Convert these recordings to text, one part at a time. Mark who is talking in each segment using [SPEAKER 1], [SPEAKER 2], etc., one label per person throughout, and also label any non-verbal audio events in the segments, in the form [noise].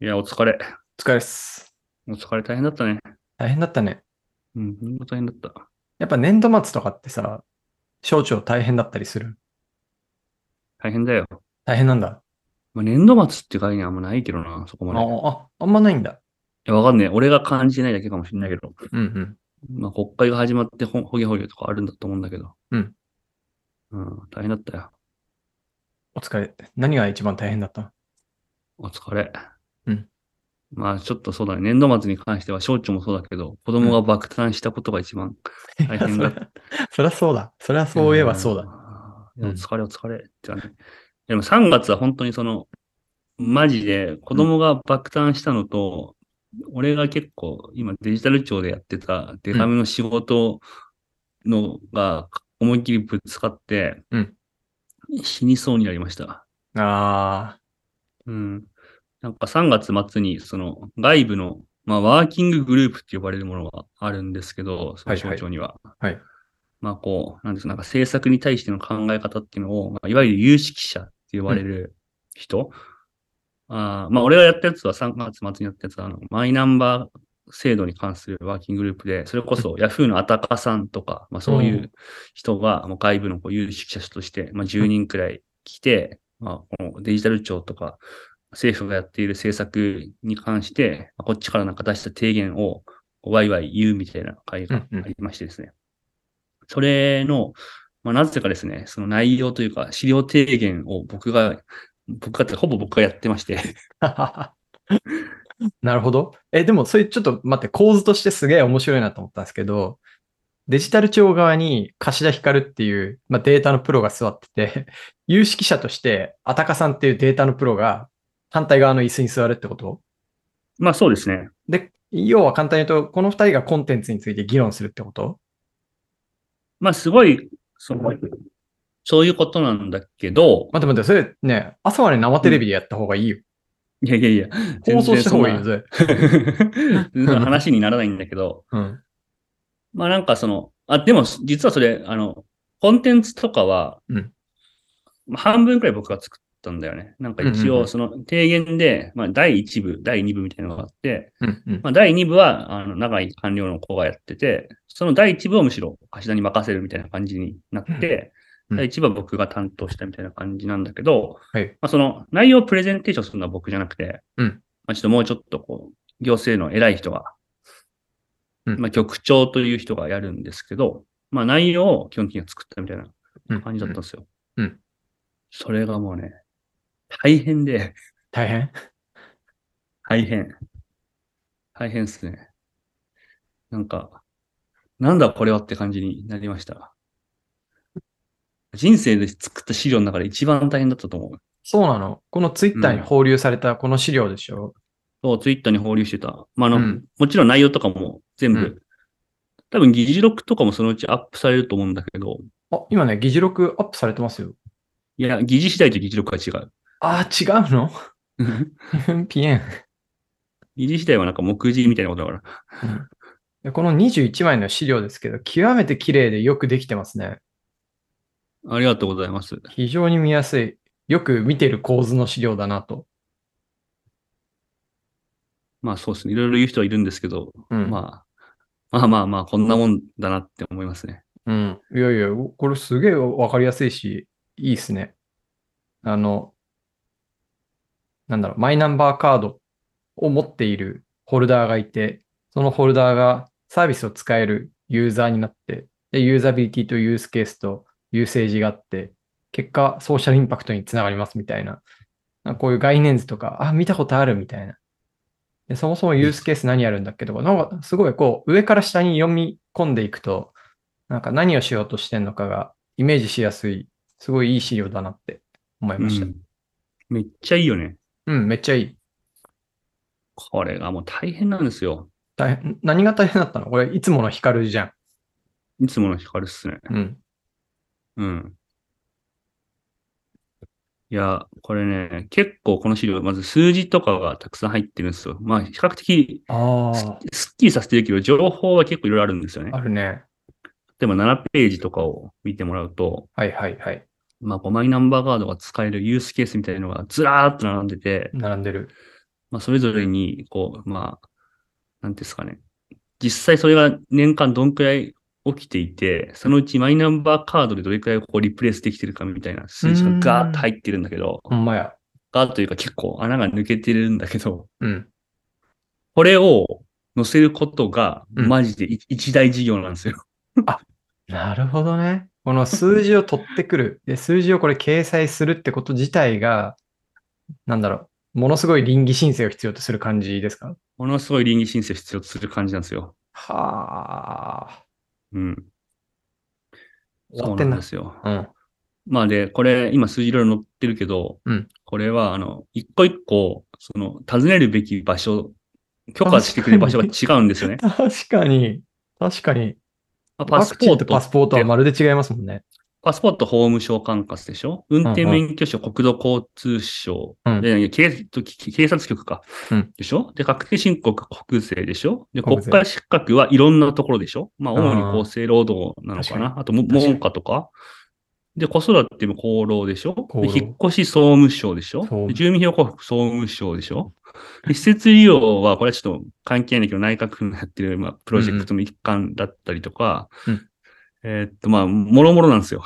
[SPEAKER 1] いや、お疲れ。
[SPEAKER 2] お疲れっす。
[SPEAKER 1] お疲れ大変だったね。
[SPEAKER 2] 大変だったね。
[SPEAKER 1] うん、ほんと大変だった。
[SPEAKER 2] やっぱ年度末とかってさ、省庁大変だったりする。
[SPEAKER 1] 大変だよ。
[SPEAKER 2] 大変なんだ。
[SPEAKER 1] まあ、年度末って概念あんまないけどな、そこ
[SPEAKER 2] あ
[SPEAKER 1] まで。い
[SPEAKER 2] あ、あんまないんだ。
[SPEAKER 1] や、わかんねえ。俺が感じてないだけかもしれないけど。
[SPEAKER 2] うんうん。
[SPEAKER 1] まあ、国会が始まってほほげほげとかあるんだと思うんだけど。
[SPEAKER 2] うん。
[SPEAKER 1] うん、大変だったよ。
[SPEAKER 2] お疲れ。何が一番大変だった
[SPEAKER 1] お疲れ。
[SPEAKER 2] うん。
[SPEAKER 1] まあ、ちょっとそうだね。年度末に関しては、省庁もそうだけど、子供が爆誕したことが一番大変だ。
[SPEAKER 2] [laughs] そりゃそうだ。そりゃそういえばそうだ。
[SPEAKER 1] だ。お疲れお疲れって感じ。でも3月は本当にその、マジで子供が爆誕したのと、俺が結構今デジタル庁でやってたデカめの仕事のが思いっきりぶつかって、
[SPEAKER 2] うん
[SPEAKER 1] 死にそうになりました。
[SPEAKER 2] あ
[SPEAKER 1] うん。なんか3月末にその外部の、まあ、ワーキンググループって呼ばれるものがあるんですけど、その省庁には。
[SPEAKER 2] はいはいはい
[SPEAKER 1] まあこう、なんですか、なんか政策に対しての考え方っていうのを、まあ、いわゆる有識者って呼ばれる人。あーまあ俺がやったやつは3月末にやったやつは、あの、マイナンバー制度に関するワーキンググループで、それこそ Yahoo のアタカさんとか、まあそういう人が、もう外部のこう有識者として、まあ10人くらい来て、まあこのデジタル庁とか、政府がやっている政策に関して、まあこっちからなんか出した提言をワイワイ言うみたいな会
[SPEAKER 2] う
[SPEAKER 1] が
[SPEAKER 2] んうん
[SPEAKER 1] あ。りましてですね。それの、まあ、なぜかですね、その内容というか、資料提言を僕が、僕がってほぼ僕がやってまして、 [laughs]
[SPEAKER 2] [laughs] なるほど。え、でもそれちょっと待って、構図としてすげえ面白いなと思ったんですけど、デジタル庁側に柏田光っていう、まあ、データのプロが座ってて、 [laughs] 有識者として、あたかさんっていうデータのプロが反対側の椅子に座るってこと
[SPEAKER 1] まあそうですね。
[SPEAKER 2] で、要は簡単に言うと、この二人がコンテンツについて議論するってこと
[SPEAKER 1] まあすごい、そのそういうことなんだけど、
[SPEAKER 2] 待って待って、それね、朝はね、生テレビでやった方がいいよ。
[SPEAKER 1] いやいやいや、
[SPEAKER 2] 放送した方がいい
[SPEAKER 1] 全
[SPEAKER 2] よ、
[SPEAKER 1] 然
[SPEAKER 2] それ。
[SPEAKER 1] [laughs] そんな話にならないんだけど、
[SPEAKER 2] うん。
[SPEAKER 1] まあなんかその、あ、でも実はそれ、あの、コンテンツとかは、
[SPEAKER 2] うん
[SPEAKER 1] まあ半分くらい僕が作ったんだよね。なんか
[SPEAKER 2] うん
[SPEAKER 1] 一
[SPEAKER 2] うんうん
[SPEAKER 1] 応その提言で、まあ第1部、第2部みたいなのがあって、
[SPEAKER 2] うんうん。
[SPEAKER 1] まあ第2部はあの長井官僚の子がやってて、その第1部をむしろ柏田に任せるみたいな感じになって、
[SPEAKER 2] うんうん
[SPEAKER 1] 第1部は僕が担当したみたいな感じなんだけど、
[SPEAKER 2] はい
[SPEAKER 1] まあその内容をプレゼンテーションするのは僕じゃなくて、
[SPEAKER 2] うん
[SPEAKER 1] まあちょっともうちょっとこう、行政の偉い人が
[SPEAKER 2] うん
[SPEAKER 1] まあ、局長という人がやるんですけど、まあ、内容を基本的には作ったみたいな
[SPEAKER 2] うん
[SPEAKER 1] 感じだったんですよ。
[SPEAKER 2] うんうん
[SPEAKER 1] それがもうね、大変で、
[SPEAKER 2] 大変
[SPEAKER 1] 大変。大変ですね。なんか、なんだこれはって感じになりました。人生で作った資料の中で一番大変だったと思う。
[SPEAKER 2] そうなの。このツイッターに放流されたこの資料でしょ。
[SPEAKER 1] そう、ツイッターに放流してた。まあ、あの、
[SPEAKER 2] うん
[SPEAKER 1] もちろん内容とかも全部、
[SPEAKER 2] うん
[SPEAKER 1] 多分議事録とかもそのうちアップされると思うんだけど、
[SPEAKER 2] あ、今ね、議事録アップされてますよ。
[SPEAKER 1] いや、議事次第と議事録は違
[SPEAKER 2] [laughs]
[SPEAKER 1] う。
[SPEAKER 2] あー、違うの [laughs] ピエン。
[SPEAKER 1] 議事次第はなんか目次みたいなことだから。
[SPEAKER 2] でこの21枚の資料ですけど、極めて綺麗でよくできてますね。
[SPEAKER 1] ありがとうございます。
[SPEAKER 2] 非常に見やすい。よく見てる構図の資料だなと。
[SPEAKER 1] まあそうですね。いろいろ言う人はいるんですけど、
[SPEAKER 2] うん。
[SPEAKER 1] まあ、まあまあまあ、こんなもんだなって思いますね。
[SPEAKER 2] うん。いやいや、これすげえわかりやすいし、いいっすね。あの、なんだろう、マイナンバーカードを持っているホルダーがいて、そのホルダーがサービスを使えるユーザーになって、で、ユーザビリティとユースケースとユーセージがあって、結果、ソーシャルインパクトにつながりますみたいな。なんかこういう概念図とか、あ、見たことあるみたいな。で、そもそもユースケース何やるんだっけとか、なんかすごいこう、上から下に読み込んでいくと、なんか何をしようとしてんのかがイメージしやすい、すごいいい資料だなって思いました。
[SPEAKER 1] うんめっちゃいいよね。
[SPEAKER 2] うん、めっちゃいい。
[SPEAKER 1] これがもう大変なんですよ。
[SPEAKER 2] 大変何が大変だったのこれ、いつもの光るじゃん。
[SPEAKER 1] いつもの光っすね。
[SPEAKER 2] うん。
[SPEAKER 1] うん。いや、これね、結構この資料、まず数字とかがたくさん入ってるんですよ。まあ、比較的
[SPEAKER 2] あ
[SPEAKER 1] すっきりさせてるけど、情報は結構いろいろあるんですよね
[SPEAKER 2] あ。。あるね。
[SPEAKER 1] 例えば7ページとかを見てもらうと、
[SPEAKER 2] はいはいはい。
[SPEAKER 1] まあ、こうマイナンバーカードが使えるユースケースみたいなのがずらーっと並んでて、
[SPEAKER 2] 並んでる。
[SPEAKER 1] まあ、それぞれに、こう、まあ、なんていうんですかね。実際それが年間どんくらい起きていて、そのうちマイナンバーカードでどれくらいこうリプレイスできてるかみたいな数値がガーッと入ってるんだけど、
[SPEAKER 2] ほんまや。
[SPEAKER 1] ガーッというか結構穴が抜けてるんだけど、
[SPEAKER 2] うん。
[SPEAKER 1] これを載せることが
[SPEAKER 2] うん
[SPEAKER 1] マジでい一大事業なんですよ。
[SPEAKER 2] なるほどね。この数字を取ってくる。で、数字をこれ掲載するってこと自体が、なんだろう。ものすごい倫理申請を必要とする感じですか
[SPEAKER 1] ものすごい倫理申請必要とする感じなんですよ。
[SPEAKER 2] はあ。
[SPEAKER 1] うん。
[SPEAKER 2] 終
[SPEAKER 1] そ
[SPEAKER 2] わ
[SPEAKER 1] う
[SPEAKER 2] っ
[SPEAKER 1] な
[SPEAKER 2] て
[SPEAKER 1] んん
[SPEAKER 2] な。
[SPEAKER 1] ですよ。
[SPEAKER 2] うん。
[SPEAKER 1] まあで、これ、今数字いろいろ載ってるけど、
[SPEAKER 2] うん
[SPEAKER 1] これは、あの、一個一個、その、尋ねるべき場所、許可してくれる場所が違うんです
[SPEAKER 2] [laughs]
[SPEAKER 1] よね。
[SPEAKER 2] 確かに。確かに。
[SPEAKER 1] まあ
[SPEAKER 2] ワ
[SPEAKER 1] パ
[SPEAKER 2] ク
[SPEAKER 1] ス
[SPEAKER 2] チ
[SPEAKER 1] ポ
[SPEAKER 2] ン
[SPEAKER 1] ー
[SPEAKER 2] と
[SPEAKER 1] ト、
[SPEAKER 2] パスポートはまるで違いますもんね。
[SPEAKER 1] パスポート法務省管轄でしょ運転
[SPEAKER 2] うんうん
[SPEAKER 1] 免許証、国土交通省、
[SPEAKER 2] うん
[SPEAKER 1] で警警警察局か、
[SPEAKER 2] うん
[SPEAKER 1] でしょで、確定申告国税でしょで、
[SPEAKER 2] 国
[SPEAKER 1] 国
[SPEAKER 2] 税
[SPEAKER 1] 家資格はいろんなところでしょまあ、
[SPEAKER 2] あー
[SPEAKER 1] 主に厚生労働なのかなあとも、
[SPEAKER 2] 確かに
[SPEAKER 1] 文科とか。で、子育ても厚労でしょ
[SPEAKER 2] 労
[SPEAKER 1] で引っ越し総務省でしょ
[SPEAKER 2] 総務
[SPEAKER 1] で住民票交付総務省でしょで施設利用は、これはちょっと関係ないけど、内閣府のやってる、まあ、プロジェクトの一環だったりとか、
[SPEAKER 2] うん
[SPEAKER 1] えーっと、まあ、もろもろなんですよ。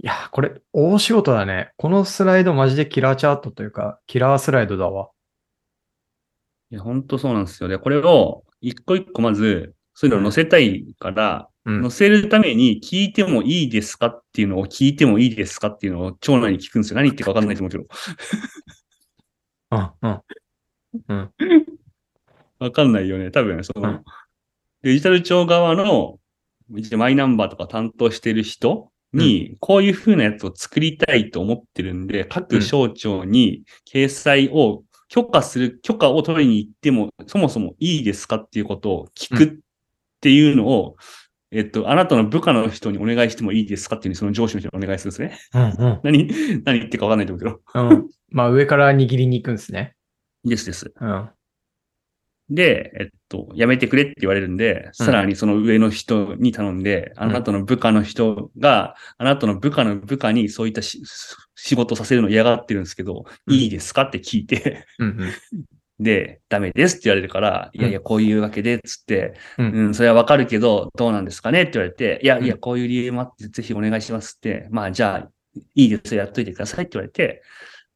[SPEAKER 2] いやー、これ、大仕事だね。このスライド、マジでキラーチャートというか、キラースライドだわ。
[SPEAKER 1] いや、本当そうなんですよ。で、これを一個一個まず、そういうのを載せたいから、
[SPEAKER 2] うん
[SPEAKER 1] 載。せるために聞いてもいいですかっていうのを聞いてもいいですかっていうのを長男に聞くんですよ。何言ってるか分かんないと思うけど。
[SPEAKER 2] うん。うん。
[SPEAKER 1] 分かんないよね。多分、その、
[SPEAKER 2] うん
[SPEAKER 1] デジタル庁側の、一応マイナンバーとか担当してる人に、こういう風なやつを作りたいと思ってるんで、
[SPEAKER 2] うん
[SPEAKER 1] 各省庁に掲載を許可する、許可を取りに行っても、そもそもいいですかっていうことを聞くっていうのを、えっと、あなたの部下の人にお願いしてもいいですかっていうふうにその上司の人にお願いするんですね。
[SPEAKER 2] うん。
[SPEAKER 1] 何、何言ってるか分かんないと思うけど。
[SPEAKER 2] うん。うん。まあ、上から握りに行くんですね。
[SPEAKER 1] ですです。
[SPEAKER 2] うん。
[SPEAKER 1] で、えっと、やめてくれって言われるんで、さらにその上の人に頼んで、あなたの部下の人が、あなたの部下の部下にそういったし仕事させるの嫌がってるんですけど、
[SPEAKER 2] うん
[SPEAKER 1] いいですかって聞いて、
[SPEAKER 2] うん。
[SPEAKER 1] で、ダメですって言われるから、いやいや、こういうわけで、つって、
[SPEAKER 2] う
[SPEAKER 1] うんん、それはわかるけど、どうなんですかねって言われて、いやいや、
[SPEAKER 2] うん
[SPEAKER 1] こういう理由もあって、ぜひお願いしますって、まあ、じゃあ、いいですよ、やっといてくださいって言われて、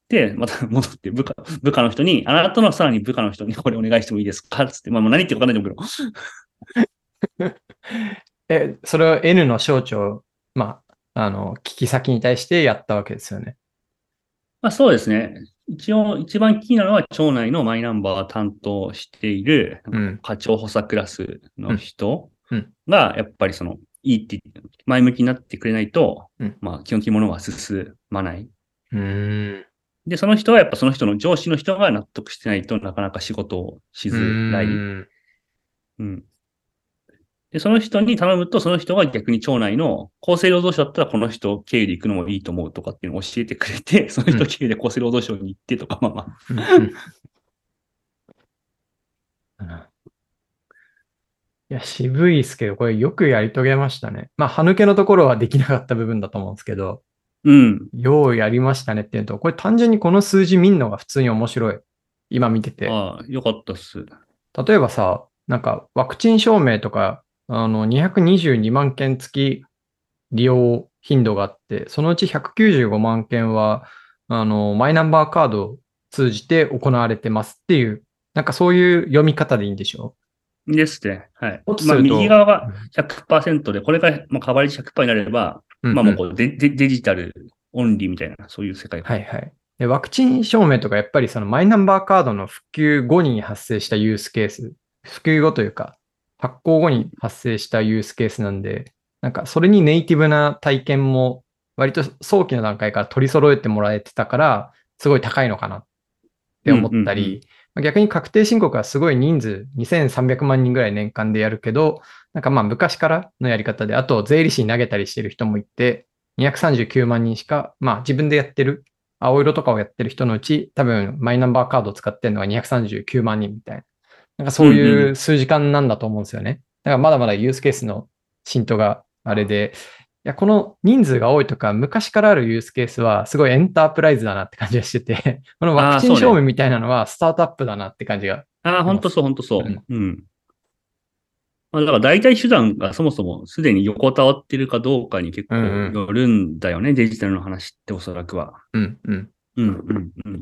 [SPEAKER 1] で、また戻って部下、部下の人に、あなたのさらに部下の人にこれお願いしてもいいですかつって、まあもう何言ってるか分かんないと思うけど、
[SPEAKER 2] え、それを N の省庁、まあ、あの、聞き先に対してやったわけですよね。
[SPEAKER 1] まあそうですね。一応、一番気になるのは、町内のマイナンバーを担当している、
[SPEAKER 2] うん。
[SPEAKER 1] 課長補佐クラスの人
[SPEAKER 2] うんうん
[SPEAKER 1] が、やっぱりその、いいって、前向きになってくれないと、
[SPEAKER 2] うん
[SPEAKER 1] まあ、基本的に物は進まない。
[SPEAKER 2] うーん。
[SPEAKER 1] で、その人はやっぱその人の上司の人が納得してないとなかなか仕事をしづらい。
[SPEAKER 2] うん
[SPEAKER 1] うん。で、その人に頼むと、その人が逆に町内の厚生労働省だったらこの人経由で行くのもいいと思うとかっていうのを教えてくれて、その人経由で厚生労働省に行ってとか、まあまあ。
[SPEAKER 2] うんうんいや、渋いですけど、これよくやり遂げましたね。まあ、歯抜けのところはできなかった部分だと思うんですけど、
[SPEAKER 1] うん。
[SPEAKER 2] ようやりましたねっていうのと、これ単純にこの数字見るのが普通に面白い。今見てて。
[SPEAKER 1] ああ、よかったっす。
[SPEAKER 2] 例えばさ、なんかワクチン証明とか、あの、222万件付き利用頻度があって、そのうち195万件は、あの、マイナンバーカードを通じて行われてますっていう、なんかそういう読み方でいいんでしょ
[SPEAKER 1] ですね。はい
[SPEAKER 2] もっと。す
[SPEAKER 1] まあ、
[SPEAKER 2] ると
[SPEAKER 1] 右側が100%で、これからもうカバレッジ100%になれば、
[SPEAKER 2] う
[SPEAKER 1] まあもう
[SPEAKER 2] うん
[SPEAKER 1] こうデデデジタルオンリーみたいな、そういう世界。
[SPEAKER 2] はいはい。で、ワクチン証明とか、やっぱりそのマイナンバーカードの普及後に発生したユースケース、普及後というか、発行後に発生したユースケースなんで、なんかそれにネイティブな体験も、割と早期の段階から取り揃えてもらえてたから、すごい高いのかなって思
[SPEAKER 1] う
[SPEAKER 2] った
[SPEAKER 1] んうんう
[SPEAKER 2] り、まあ逆に確定申告はすごい人数、2300万人ぐらい年間でやるけど、なんかまあ昔からのやり方で、あと税理士に投げたりしてる人もいて、239万人しか、まあ自分でやってる、青色とかをやってる人のうち、多分マイナンバーカードを使ってるのが239万人みたいな。なんかそう
[SPEAKER 1] うん
[SPEAKER 2] いうう数時間なんだと思うんですよね。だからまだまだユースケースの浸透があれで、や、この人数が多いとか、昔からあるユースケースは、すごいエンタープライズだなって感じがしてて、 [laughs] このワクチ
[SPEAKER 1] あ
[SPEAKER 2] ン
[SPEAKER 1] ーそうね
[SPEAKER 2] 証明みたいなのは、スタートアップだなって感じが。
[SPEAKER 1] ああ、ほんとそう、ほんとそう
[SPEAKER 2] うん。
[SPEAKER 1] うん。まあ、だから大体手段がそもそもすでに横たわってるかどうかに結構
[SPEAKER 2] うんうん
[SPEAKER 1] よるんだよね、デジタルの話っておそらくは。
[SPEAKER 2] うん、うん。
[SPEAKER 1] うんうんうん。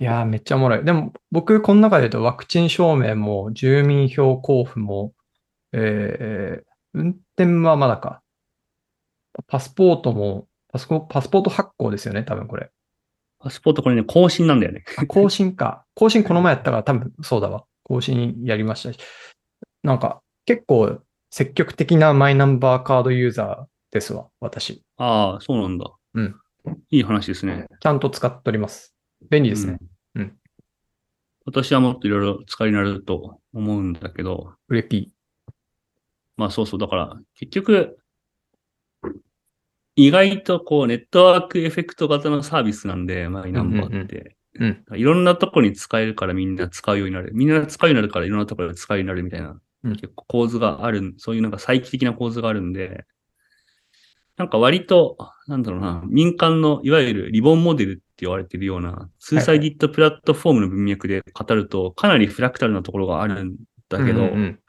[SPEAKER 2] いやー、めっちゃおもろい。でも、僕、この中で言うと、ワクチン証明も、住民票交付も、えー、運転はまだか。パスポートも、パスポパスポート発行ですよね、多分これ。
[SPEAKER 1] パスポートこれね、更新なんだよね。 [laughs]
[SPEAKER 2] [laughs] あ更新か。更新この前やったから多分そうだわ。更新やりましたし。なんか結構積極的なマイナンバーカードユーザーですわ、私。
[SPEAKER 1] ああ、そうなんだ。
[SPEAKER 2] うん。
[SPEAKER 1] いい話ですね。
[SPEAKER 2] ちゃんと使っております。便利ですね。
[SPEAKER 1] うん。
[SPEAKER 2] うん
[SPEAKER 1] 私はもっといろいろ使いになると思うんだけど、
[SPEAKER 2] うれぴ
[SPEAKER 1] まあそうそう、だから結局、意外とこうネットワークエフェクト型のサービスなんで、マイナンバーって。
[SPEAKER 2] うんうん
[SPEAKER 1] いろんなとこに使えるからみんな使うようになる。みんな使うようになるからいろんなとこで使うようになるみたいな、
[SPEAKER 2] うん
[SPEAKER 1] 結構構図がある、そういうなんか再帰的な構図があるんで、なんか割と、なんだろうな、民間のいわゆるリボンモデルって言われてるような、ツーサイディットプラットフォームの文脈で語ると、かなりフラクタルなところがあるんだけど、
[SPEAKER 2] うんうん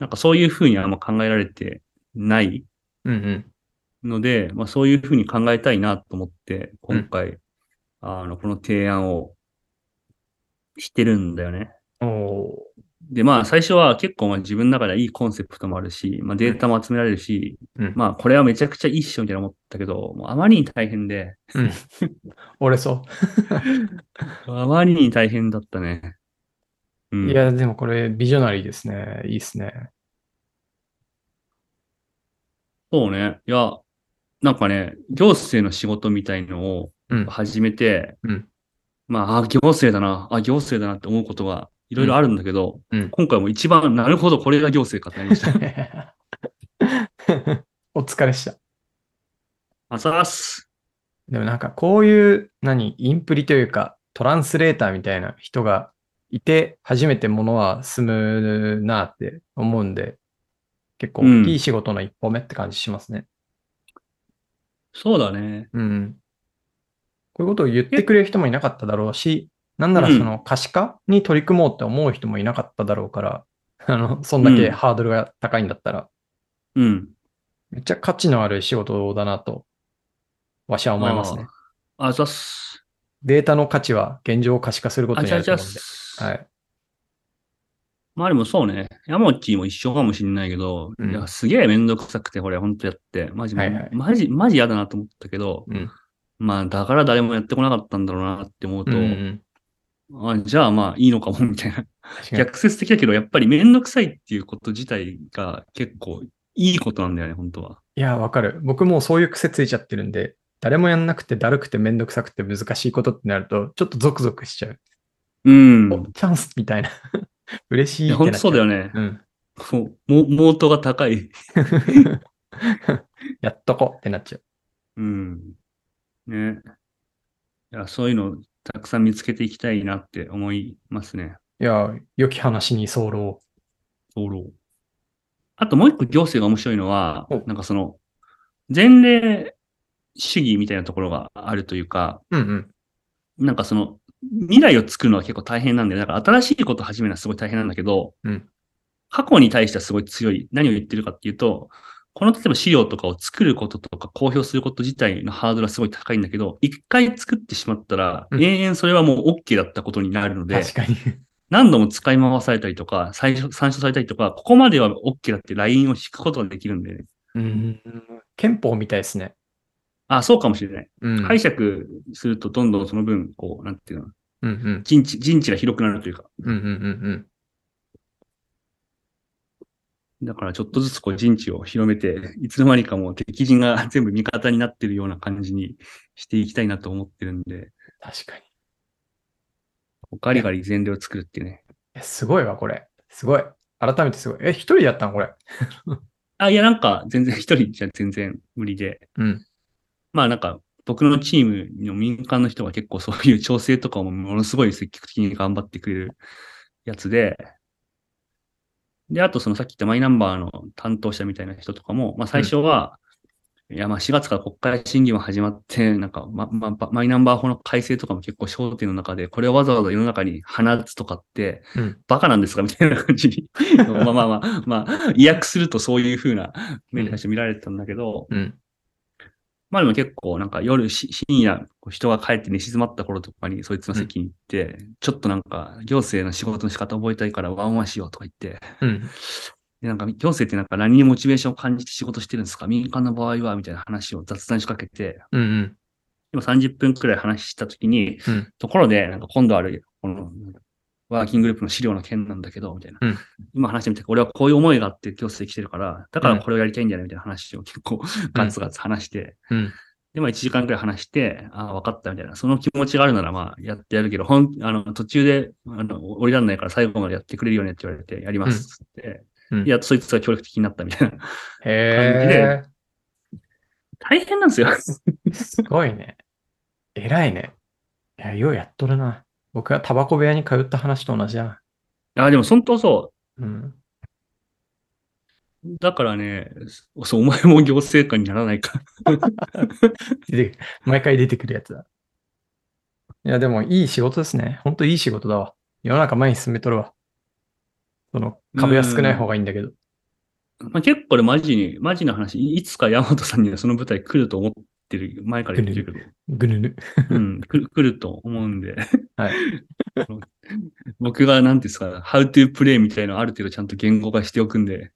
[SPEAKER 1] なんかそういうふうにあんま考えられてない
[SPEAKER 2] うん。うんうん
[SPEAKER 1] ので、まあそういうふうに考えたいなと思って、今回、あの、この提案をしてるんだよね。
[SPEAKER 2] お
[SPEAKER 1] で、まあ最初は結構まあ自分の中ではいいコンセプトもあるし、まあデータも集められるし、
[SPEAKER 2] うん
[SPEAKER 1] まあこれはめちゃくちゃいいっしょみたいな思ったけど、もうあまりに大変で、
[SPEAKER 2] ー折れそ
[SPEAKER 1] あまりに大変だったね。う
[SPEAKER 2] う。
[SPEAKER 1] ん。
[SPEAKER 2] いや、でもこれビジョナリーですね。いいですね。
[SPEAKER 1] そうね。いや、なんかね、行政の仕事みたいのを
[SPEAKER 2] うん
[SPEAKER 1] 始めて、
[SPEAKER 2] うん
[SPEAKER 1] まあ、あ行政だな、あ、行政だなって思うことがいろいろあるんだけど、
[SPEAKER 2] うんうん
[SPEAKER 1] 今回も一番、なるほど、これが行政かってなりました。
[SPEAKER 2] [laughs] [laughs] お疲れした。
[SPEAKER 1] あざーす。
[SPEAKER 2] でもなんかこういう、何、インプリというか、トランスレーターみたいな人がいて、初めてものは進むなって思うんで、結構
[SPEAKER 1] うん
[SPEAKER 2] いい仕事の一歩目って感じしますね。
[SPEAKER 1] そうだね。
[SPEAKER 2] うん。こういうことを言ってくれる人もいなかっただろうし、なんなら
[SPEAKER 1] うん
[SPEAKER 2] その可視化に取り組もうって思う人もいなかっただろうから、あの、そんだけハードルが高いんだったら、
[SPEAKER 1] うん。
[SPEAKER 2] めっちゃ価値のある仕事だなと、わしは思いますね。
[SPEAKER 1] ああざーす。
[SPEAKER 2] データの価値は現状を可視化すること
[SPEAKER 1] あ
[SPEAKER 2] に
[SPEAKER 1] ち
[SPEAKER 2] な
[SPEAKER 1] ゃ
[SPEAKER 2] る
[SPEAKER 1] ち
[SPEAKER 2] と
[SPEAKER 1] ゃっ
[SPEAKER 2] 思うんで。
[SPEAKER 1] す。
[SPEAKER 2] はい。
[SPEAKER 1] まあでもそうね。ヤモッチーも一緒かもしれないけど、
[SPEAKER 2] うん
[SPEAKER 1] いや、すげえめんどくさくて、これ、ほんとやって、マジ、
[SPEAKER 2] はいはい
[SPEAKER 1] マジ、マジ嫌だなと思ったけど、
[SPEAKER 2] うん。
[SPEAKER 1] まあ、だから誰もやってこなかったんだろうなって思うと、
[SPEAKER 2] うんうん
[SPEAKER 1] あじゃあまあいいのかもみたいな。
[SPEAKER 2] 確かに
[SPEAKER 1] 逆説的だけど、やっぱりめんどくさいっていうこと自体が結構いいことなんだよね、本当は。
[SPEAKER 2] いや、わかる。僕もうそういう癖ついちゃってるんで、誰もやんなくてだるくてめんどくさくて難しいことってなると、ちょっとゾクゾクしちゃう。
[SPEAKER 1] うん。
[SPEAKER 2] おチャンスみたいな。 [laughs] 嬉しい
[SPEAKER 1] い
[SPEAKER 2] って
[SPEAKER 1] や、
[SPEAKER 2] なっちゃ
[SPEAKER 1] 本当そう
[SPEAKER 2] う。
[SPEAKER 1] だよね。
[SPEAKER 2] うん。
[SPEAKER 1] こう、も、モートが高い。
[SPEAKER 2] やっとこってなっちゃう。
[SPEAKER 1] うん。ね。いや、そういうのたくさん見つけていきたいなって思いますね。
[SPEAKER 2] いや、良き話に候を。
[SPEAKER 1] そうろうあともう一個行政が面白いのは
[SPEAKER 2] お、
[SPEAKER 1] なんかその、前例主義みたいなところがあるというか、
[SPEAKER 2] うんうん。
[SPEAKER 1] なんかその、未来を作るのは結構大変なんで、だから新しいことを始めるのはすごい大変なんだけど、
[SPEAKER 2] うん
[SPEAKER 1] 過去に対してはすごい強い。何を言ってるかっていうと、この例えば資料とかを作ることとか公表すること自体のハードルはすごい高いんだけど、一回作ってしまったら、
[SPEAKER 2] うん
[SPEAKER 1] 永遠それはもう OK だったことになるので、
[SPEAKER 2] 確かに。
[SPEAKER 1] 何度も使い回されたりとか、最初、参照されたりとか、ここまでは OK だってラインを引くことができるんで、ね、
[SPEAKER 2] うん。 [laughs] 憲法みたいですね。
[SPEAKER 1] あ、そうかもしれない。
[SPEAKER 2] うん。
[SPEAKER 1] 解釈するとどんどんその分、こう、なんていうの、
[SPEAKER 2] うんうん。
[SPEAKER 1] 陣地、陣地が広くなるというか、
[SPEAKER 2] うんうんうんうん。
[SPEAKER 1] だからちょっとずつこう陣地を広めて、いつの間にかもう敵陣が [laughs] 全部味方になってるような感じにしていきたいなと思ってるんで、
[SPEAKER 2] 確かに。い
[SPEAKER 1] こうガリガリ前例を作るっていうね。
[SPEAKER 2] やすごいわ、これ。すごい。改めてすごい。え、一人でやったのこれ。
[SPEAKER 1] あ、いやなんか全然一人じゃ全然無理で、
[SPEAKER 2] うん。
[SPEAKER 1] まあなんか僕のチームの民間の人が結構そういう調整とかもものすごい積極的に頑張ってくれるやつで、で、あとそのさっき言ったマイナンバーの担当者みたいな人とかも、まあ最初は、いや、まあ4月から国会審議も始まって、なんか、ま、ま、ばマイナンバー法の改正とかも結構焦点の中で、これをわざわざ世の中に放つとかって、
[SPEAKER 2] うん
[SPEAKER 1] バカなんですかみたいな感じに。まあまあまあ、まあ、意訳するとそういうふうな目に対して見られてたんだけど、
[SPEAKER 2] うん。
[SPEAKER 1] まあでも結構なんか夜し深夜こう人が帰って寝静まった頃とかにそいつの席に行って、ちょっとなんか行政の仕事の仕方覚えたいからワンワンしようとか言って、
[SPEAKER 2] うん。
[SPEAKER 1] でなんか行政ってなんか何にモチベーションを感じて仕事してるんですか民間の場合はみたいな話を雑談しかけて、
[SPEAKER 2] うん。うん。
[SPEAKER 1] でも30分くらい話したときに、
[SPEAKER 2] うん
[SPEAKER 1] ところでなんか今度あるこのワーキンググループの資料の件なんだけど、みたいな。
[SPEAKER 2] うん
[SPEAKER 1] 今話してみて、俺はこういう思いがあって行政来てるから、だからこれをやりたいんだよね、みたいな話を結構ガツガツ話して、
[SPEAKER 2] うん。
[SPEAKER 1] で、まあ1時間くらい話して、ああ、分かったみたいな。その気持ちがあるなら、まあやってやるけど、ほん、あの、途中で、あの、降りらんないから最後までやってくれるよねって言われて、やりますって。
[SPEAKER 2] うん
[SPEAKER 1] でやっとそいつが協力的になったみたいな。
[SPEAKER 2] へ
[SPEAKER 1] 大変なんですよ。 [laughs]
[SPEAKER 2] え。すごいね。偉いね。いや、ようやっとるな。僕がタバコ部屋に通った話と同じだ
[SPEAKER 1] ああ、でも本当そ
[SPEAKER 2] な。うん。
[SPEAKER 1] う。だからね、そう、お前も行政官にならないか。
[SPEAKER 2] 出てくる毎回出てくるやつだ。いや、でもいい仕事ですね。ほんといい仕事だわ。世の中前に進めとるわ。その株安くない方がいいんだけど。
[SPEAKER 1] まあ結構ね、マジに、マジな話、いいつか山本さんにはその舞台来ると思ってる、前から言ってるけど。
[SPEAKER 2] ぐぬぬ。
[SPEAKER 1] うん、くる来ると思うんで。
[SPEAKER 2] はい
[SPEAKER 1] その [laughs] 僕が何ていうんですか、how to play みたいなのある程度ちゃんと言語化しておくんで。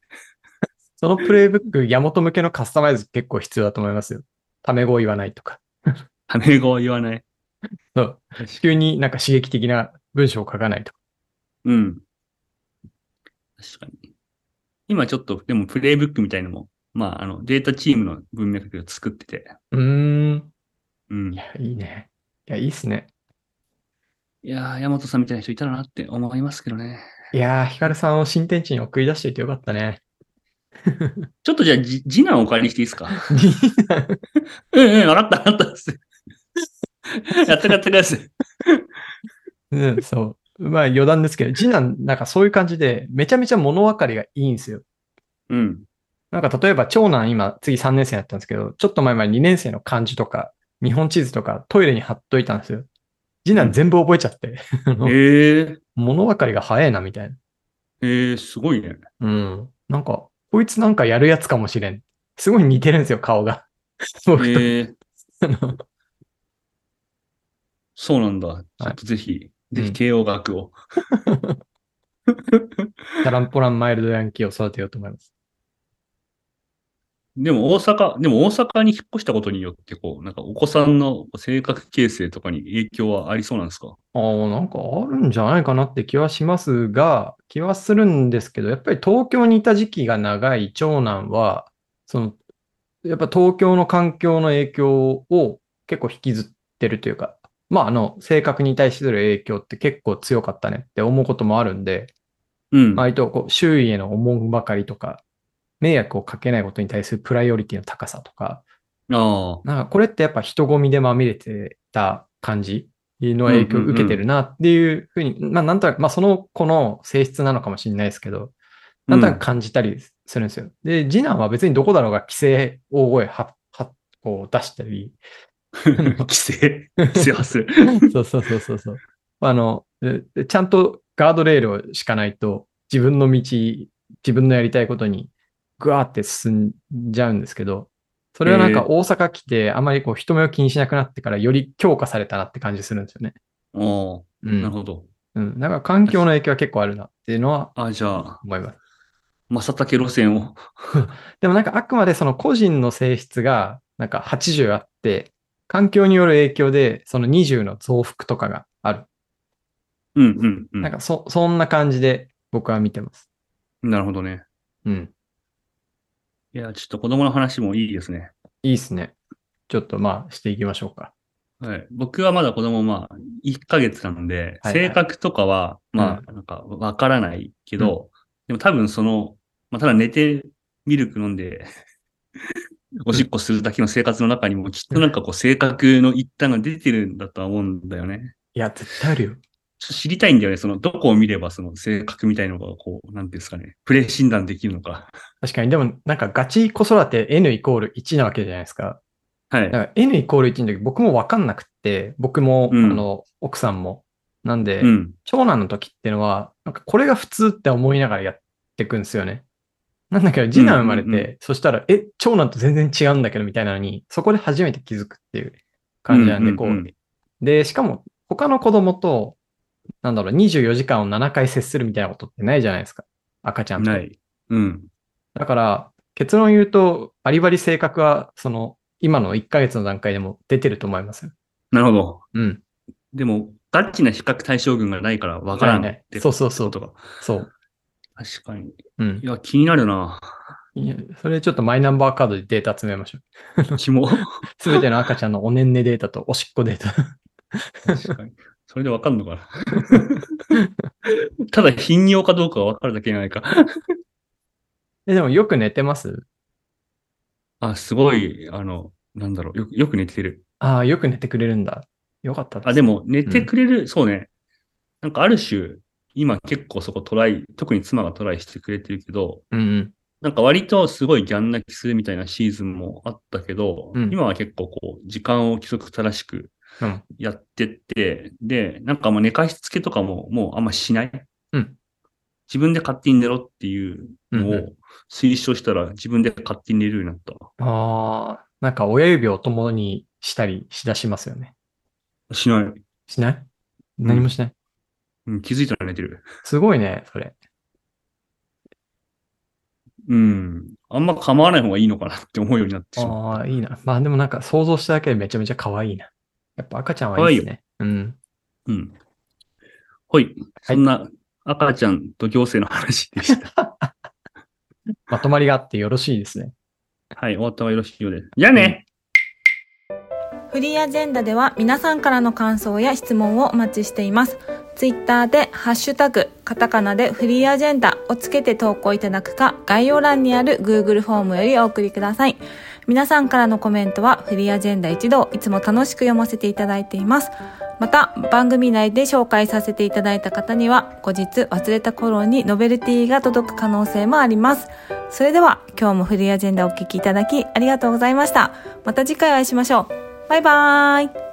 [SPEAKER 2] そのプレイブック、山本向けのカスタマイズ結構必要だと思いますよ。タメ語を言わないとか。
[SPEAKER 1] タメ語は言わない。
[SPEAKER 2] そう急になんか刺激的な文章を書かないとか。
[SPEAKER 1] うん。確かに。今ちょっと、でもプレイブックみたいのも、まあ、あの、データチームの文脈を作ってて。
[SPEAKER 2] うーん。
[SPEAKER 1] うん。い
[SPEAKER 2] いや、いいね。いや、いいっすね。
[SPEAKER 1] やー、山本さんみたいな人いたらなって思いますけどね。
[SPEAKER 2] いやー、ヒカルさんを新天地に送り出していてよかった [laughs] ね。
[SPEAKER 1] ちょっとじゃあ、じ次男をお借りしていい
[SPEAKER 2] [laughs]
[SPEAKER 1] ですか
[SPEAKER 2] い
[SPEAKER 1] うんうん、わかった、わかったっす。 [laughs] やってるやってください。
[SPEAKER 2] うん、そう。まあ余談ですけど、次男、なんかそういう感じで、めちゃめちゃ物分かりがいいんですよ。
[SPEAKER 1] うん。
[SPEAKER 2] なんか例えば長男今、次3年生だったんですけど、ちょっと前まで2年生の漢字とか、日本地図とか、トイレに貼っといたんですよ。次男全部覚えちゃって、うん
[SPEAKER 1] ええー。
[SPEAKER 2] 物分かりが早いな、みたいな。
[SPEAKER 1] ええー、すごいね。
[SPEAKER 2] うん。なんか、こいつなんかやるやつかもしれん。すごい似てるんですよ、顔が。 [laughs] 僕と。
[SPEAKER 1] ええー、
[SPEAKER 2] あの
[SPEAKER 1] そうなんだ。ちょっとぜひ、ぜ
[SPEAKER 2] う
[SPEAKER 1] ひ
[SPEAKER 2] ん
[SPEAKER 1] 慶応学を。
[SPEAKER 2] [laughs] タランポランマイルドヤンキーを育てようと思います。
[SPEAKER 1] でも大阪、でも大阪に引っ越したことによって、こう、なんかお子さんの性格形成とかに影響はありそうなんですか
[SPEAKER 2] ああ、なんかあるんじゃないかなって気はしますが、気はするんですけど、やっぱり東京にいた時期が長い長男は、その、やっぱ東京の環境の影響を結構引きずってるというか、まあ、あの、性格に対する影響って結構強かったねって思うこともあるんで、
[SPEAKER 1] うん。
[SPEAKER 2] 割とこう周囲への思うばかりとか、迷惑をかけないことに対するプライオリティの高さとか、
[SPEAKER 1] ああ。
[SPEAKER 2] なんかこれってやっぱ人混みでまみれてた感じの影響を受けてるなっていうふうに、まあなんとなく、まあその子の性質なのかもしれないですけど、なんとなく感じたりするんですよ。で、次男は別にどこだろうが規制、大声は、は、こう出したり、
[SPEAKER 1] [laughs] 規
[SPEAKER 2] [laughs]
[SPEAKER 1] 制、規制発する。
[SPEAKER 2] そうそうそうそうそう。あの、でちゃんとガードレールを敷かないと、自分の道、自分のやりたいことに、ぐわーって進んじゃうんですけど、それはなん
[SPEAKER 1] え
[SPEAKER 2] か
[SPEAKER 1] ー
[SPEAKER 2] 大阪来て、あまりこう人目を気にしなくなってから、より強化されたなって感じするんですよね。
[SPEAKER 1] あ
[SPEAKER 2] う
[SPEAKER 1] あ、なる
[SPEAKER 2] ん。
[SPEAKER 1] ほど。
[SPEAKER 2] うん。だから環境の影響は結構あるなっていうのは
[SPEAKER 1] あじゃあ、
[SPEAKER 2] 思います。
[SPEAKER 1] 正竹路線を。
[SPEAKER 2] でもなんかあくまでその個人の性質が、なんか80あって、環境による影響で、その20の増幅とかがある。
[SPEAKER 1] うんうんうん。
[SPEAKER 2] なんかそ、そんな感じで僕は見てます。
[SPEAKER 1] なるほどね。
[SPEAKER 2] うん。
[SPEAKER 1] いや、ちょっと子供の話もいいですね。
[SPEAKER 2] いいっすね。ちょっとまあ、していきましょうか。
[SPEAKER 1] はい、僕はまだ子供、まあ、1ヶ月なので、
[SPEAKER 2] はいはい
[SPEAKER 1] 性格とかは、まあ、なんか、わからないけど、でも多分その、まあ、ただ寝て、ミルク飲ん
[SPEAKER 2] [laughs]
[SPEAKER 1] で、おしっこするだけの生活の中にも、きっとなんかこう、性格の一端が出てるんだとは思うんだよね。
[SPEAKER 2] いや、絶対あるよ。
[SPEAKER 1] ちょっと知りたいんだよね。その、どこを見れば、その、性格みたいのが、こう、なんていうんですかね、プレイ診断できるのか。
[SPEAKER 2] 確かに、でもなんかガチ子育て N イコール1なわけじゃないですか。
[SPEAKER 1] はい。
[SPEAKER 2] だから N イコール1の時僕もわかんなくって、僕も、
[SPEAKER 1] うん
[SPEAKER 2] あの、奥さんも。なんで、
[SPEAKER 1] うん。
[SPEAKER 2] 長男の時ってのは、なんかこれが普通って思いながらやっていくんですよね。なんだけど、次男生まれて、
[SPEAKER 1] うんうんう
[SPEAKER 2] そしたら、え、長男と全然違うんだけどみたいなのに、そこで初めて気づくっていう感じなんで、
[SPEAKER 1] うんう
[SPEAKER 2] こ
[SPEAKER 1] んうん
[SPEAKER 2] う。で、しかも、他の子供と、なんだろう、24時間を7回接するみたいなことってないじゃないですか。赤ちゃんと。
[SPEAKER 1] ない。うん。
[SPEAKER 2] だから、結論言うと、バリバリ性格は、その、今の1ヶ月の段階でも出てると思いますよ。
[SPEAKER 1] なるほど。
[SPEAKER 2] うん。
[SPEAKER 1] でも、ガチな比較対象群がないから分からん
[SPEAKER 2] ないない
[SPEAKER 1] って
[SPEAKER 2] そうそうそう
[SPEAKER 1] ことか。
[SPEAKER 2] そう。
[SPEAKER 1] 確かに。
[SPEAKER 2] うん
[SPEAKER 1] い。や、気になるな。
[SPEAKER 2] いやそれちょっとマイナンバーカードでデータ集めましょう。
[SPEAKER 1] 気も。
[SPEAKER 2] すべての赤ちゃんのおねんねデータとおしっこデータ。 [laughs]
[SPEAKER 1] 確かに。それで分かんのかな。 [laughs] ただ、頻尿かどうかは分かるだけじゃないか。
[SPEAKER 2] え、でもよく寝てます
[SPEAKER 1] あ、すごい、あの、なんだろう。よく、よく寝てる。
[SPEAKER 2] ああ、よく寝てくれるんだ。よかったです。
[SPEAKER 1] あ、で。も、寝てくれる、そうね。なんか、ある種、今結構そこトライ、特に妻がトライしてくれてるけど、
[SPEAKER 2] うんうん。
[SPEAKER 1] なんか割とすごいギャン泣きするみたいなシーズンもあったけど、
[SPEAKER 2] うん
[SPEAKER 1] 今は結構こう、時間を規則正しく
[SPEAKER 2] うん
[SPEAKER 1] やってって、で、なんかもう寝かしつけとかももうあんましない。
[SPEAKER 2] うん
[SPEAKER 1] 自分で勝手に寝ろっていうの
[SPEAKER 2] うん
[SPEAKER 1] を推奨したら自分で勝手に寝るようになった。
[SPEAKER 2] ああ、なんか親指を共にしたりしだしますよね。
[SPEAKER 1] しない。
[SPEAKER 2] しない何もしない。
[SPEAKER 1] うん、気づいたら寝てる。
[SPEAKER 2] すごいね、それ。
[SPEAKER 1] うん。あんま構わない方がいいのかなって思うようになってしまう。
[SPEAKER 2] ああ、いいな。まあでもなんか想像しただけでめちゃめちゃ可愛いな。やっぱ赤ちゃんはいいですね。うん。
[SPEAKER 1] うん。ほい。そんな赤ちゃんと行政の話で
[SPEAKER 2] [laughs]
[SPEAKER 1] した。
[SPEAKER 2] まとまりがあってよろしいですね。
[SPEAKER 1] はい、終わった方がよろしいようです。じゃあね、
[SPEAKER 3] フリーアジェンダでは皆さんからの感想や質問をお待ちしています。ツイッターでハッシュタグ、カタカナでフリーアジェンダをつけて投稿いただくか、概要欄にある Google フォームよりお送りください。皆さんからのコメントはフリーアジェンダ一同、いつも楽しく読ませていただいています。また、番組内で紹介させていただいた方には、後日忘れた頃にノベルティが届く可能性もあります。それでは、今日もフリーアジェンダをお聞きいただき、ありがとうございました。また次回お会いしましょう。バイバーイ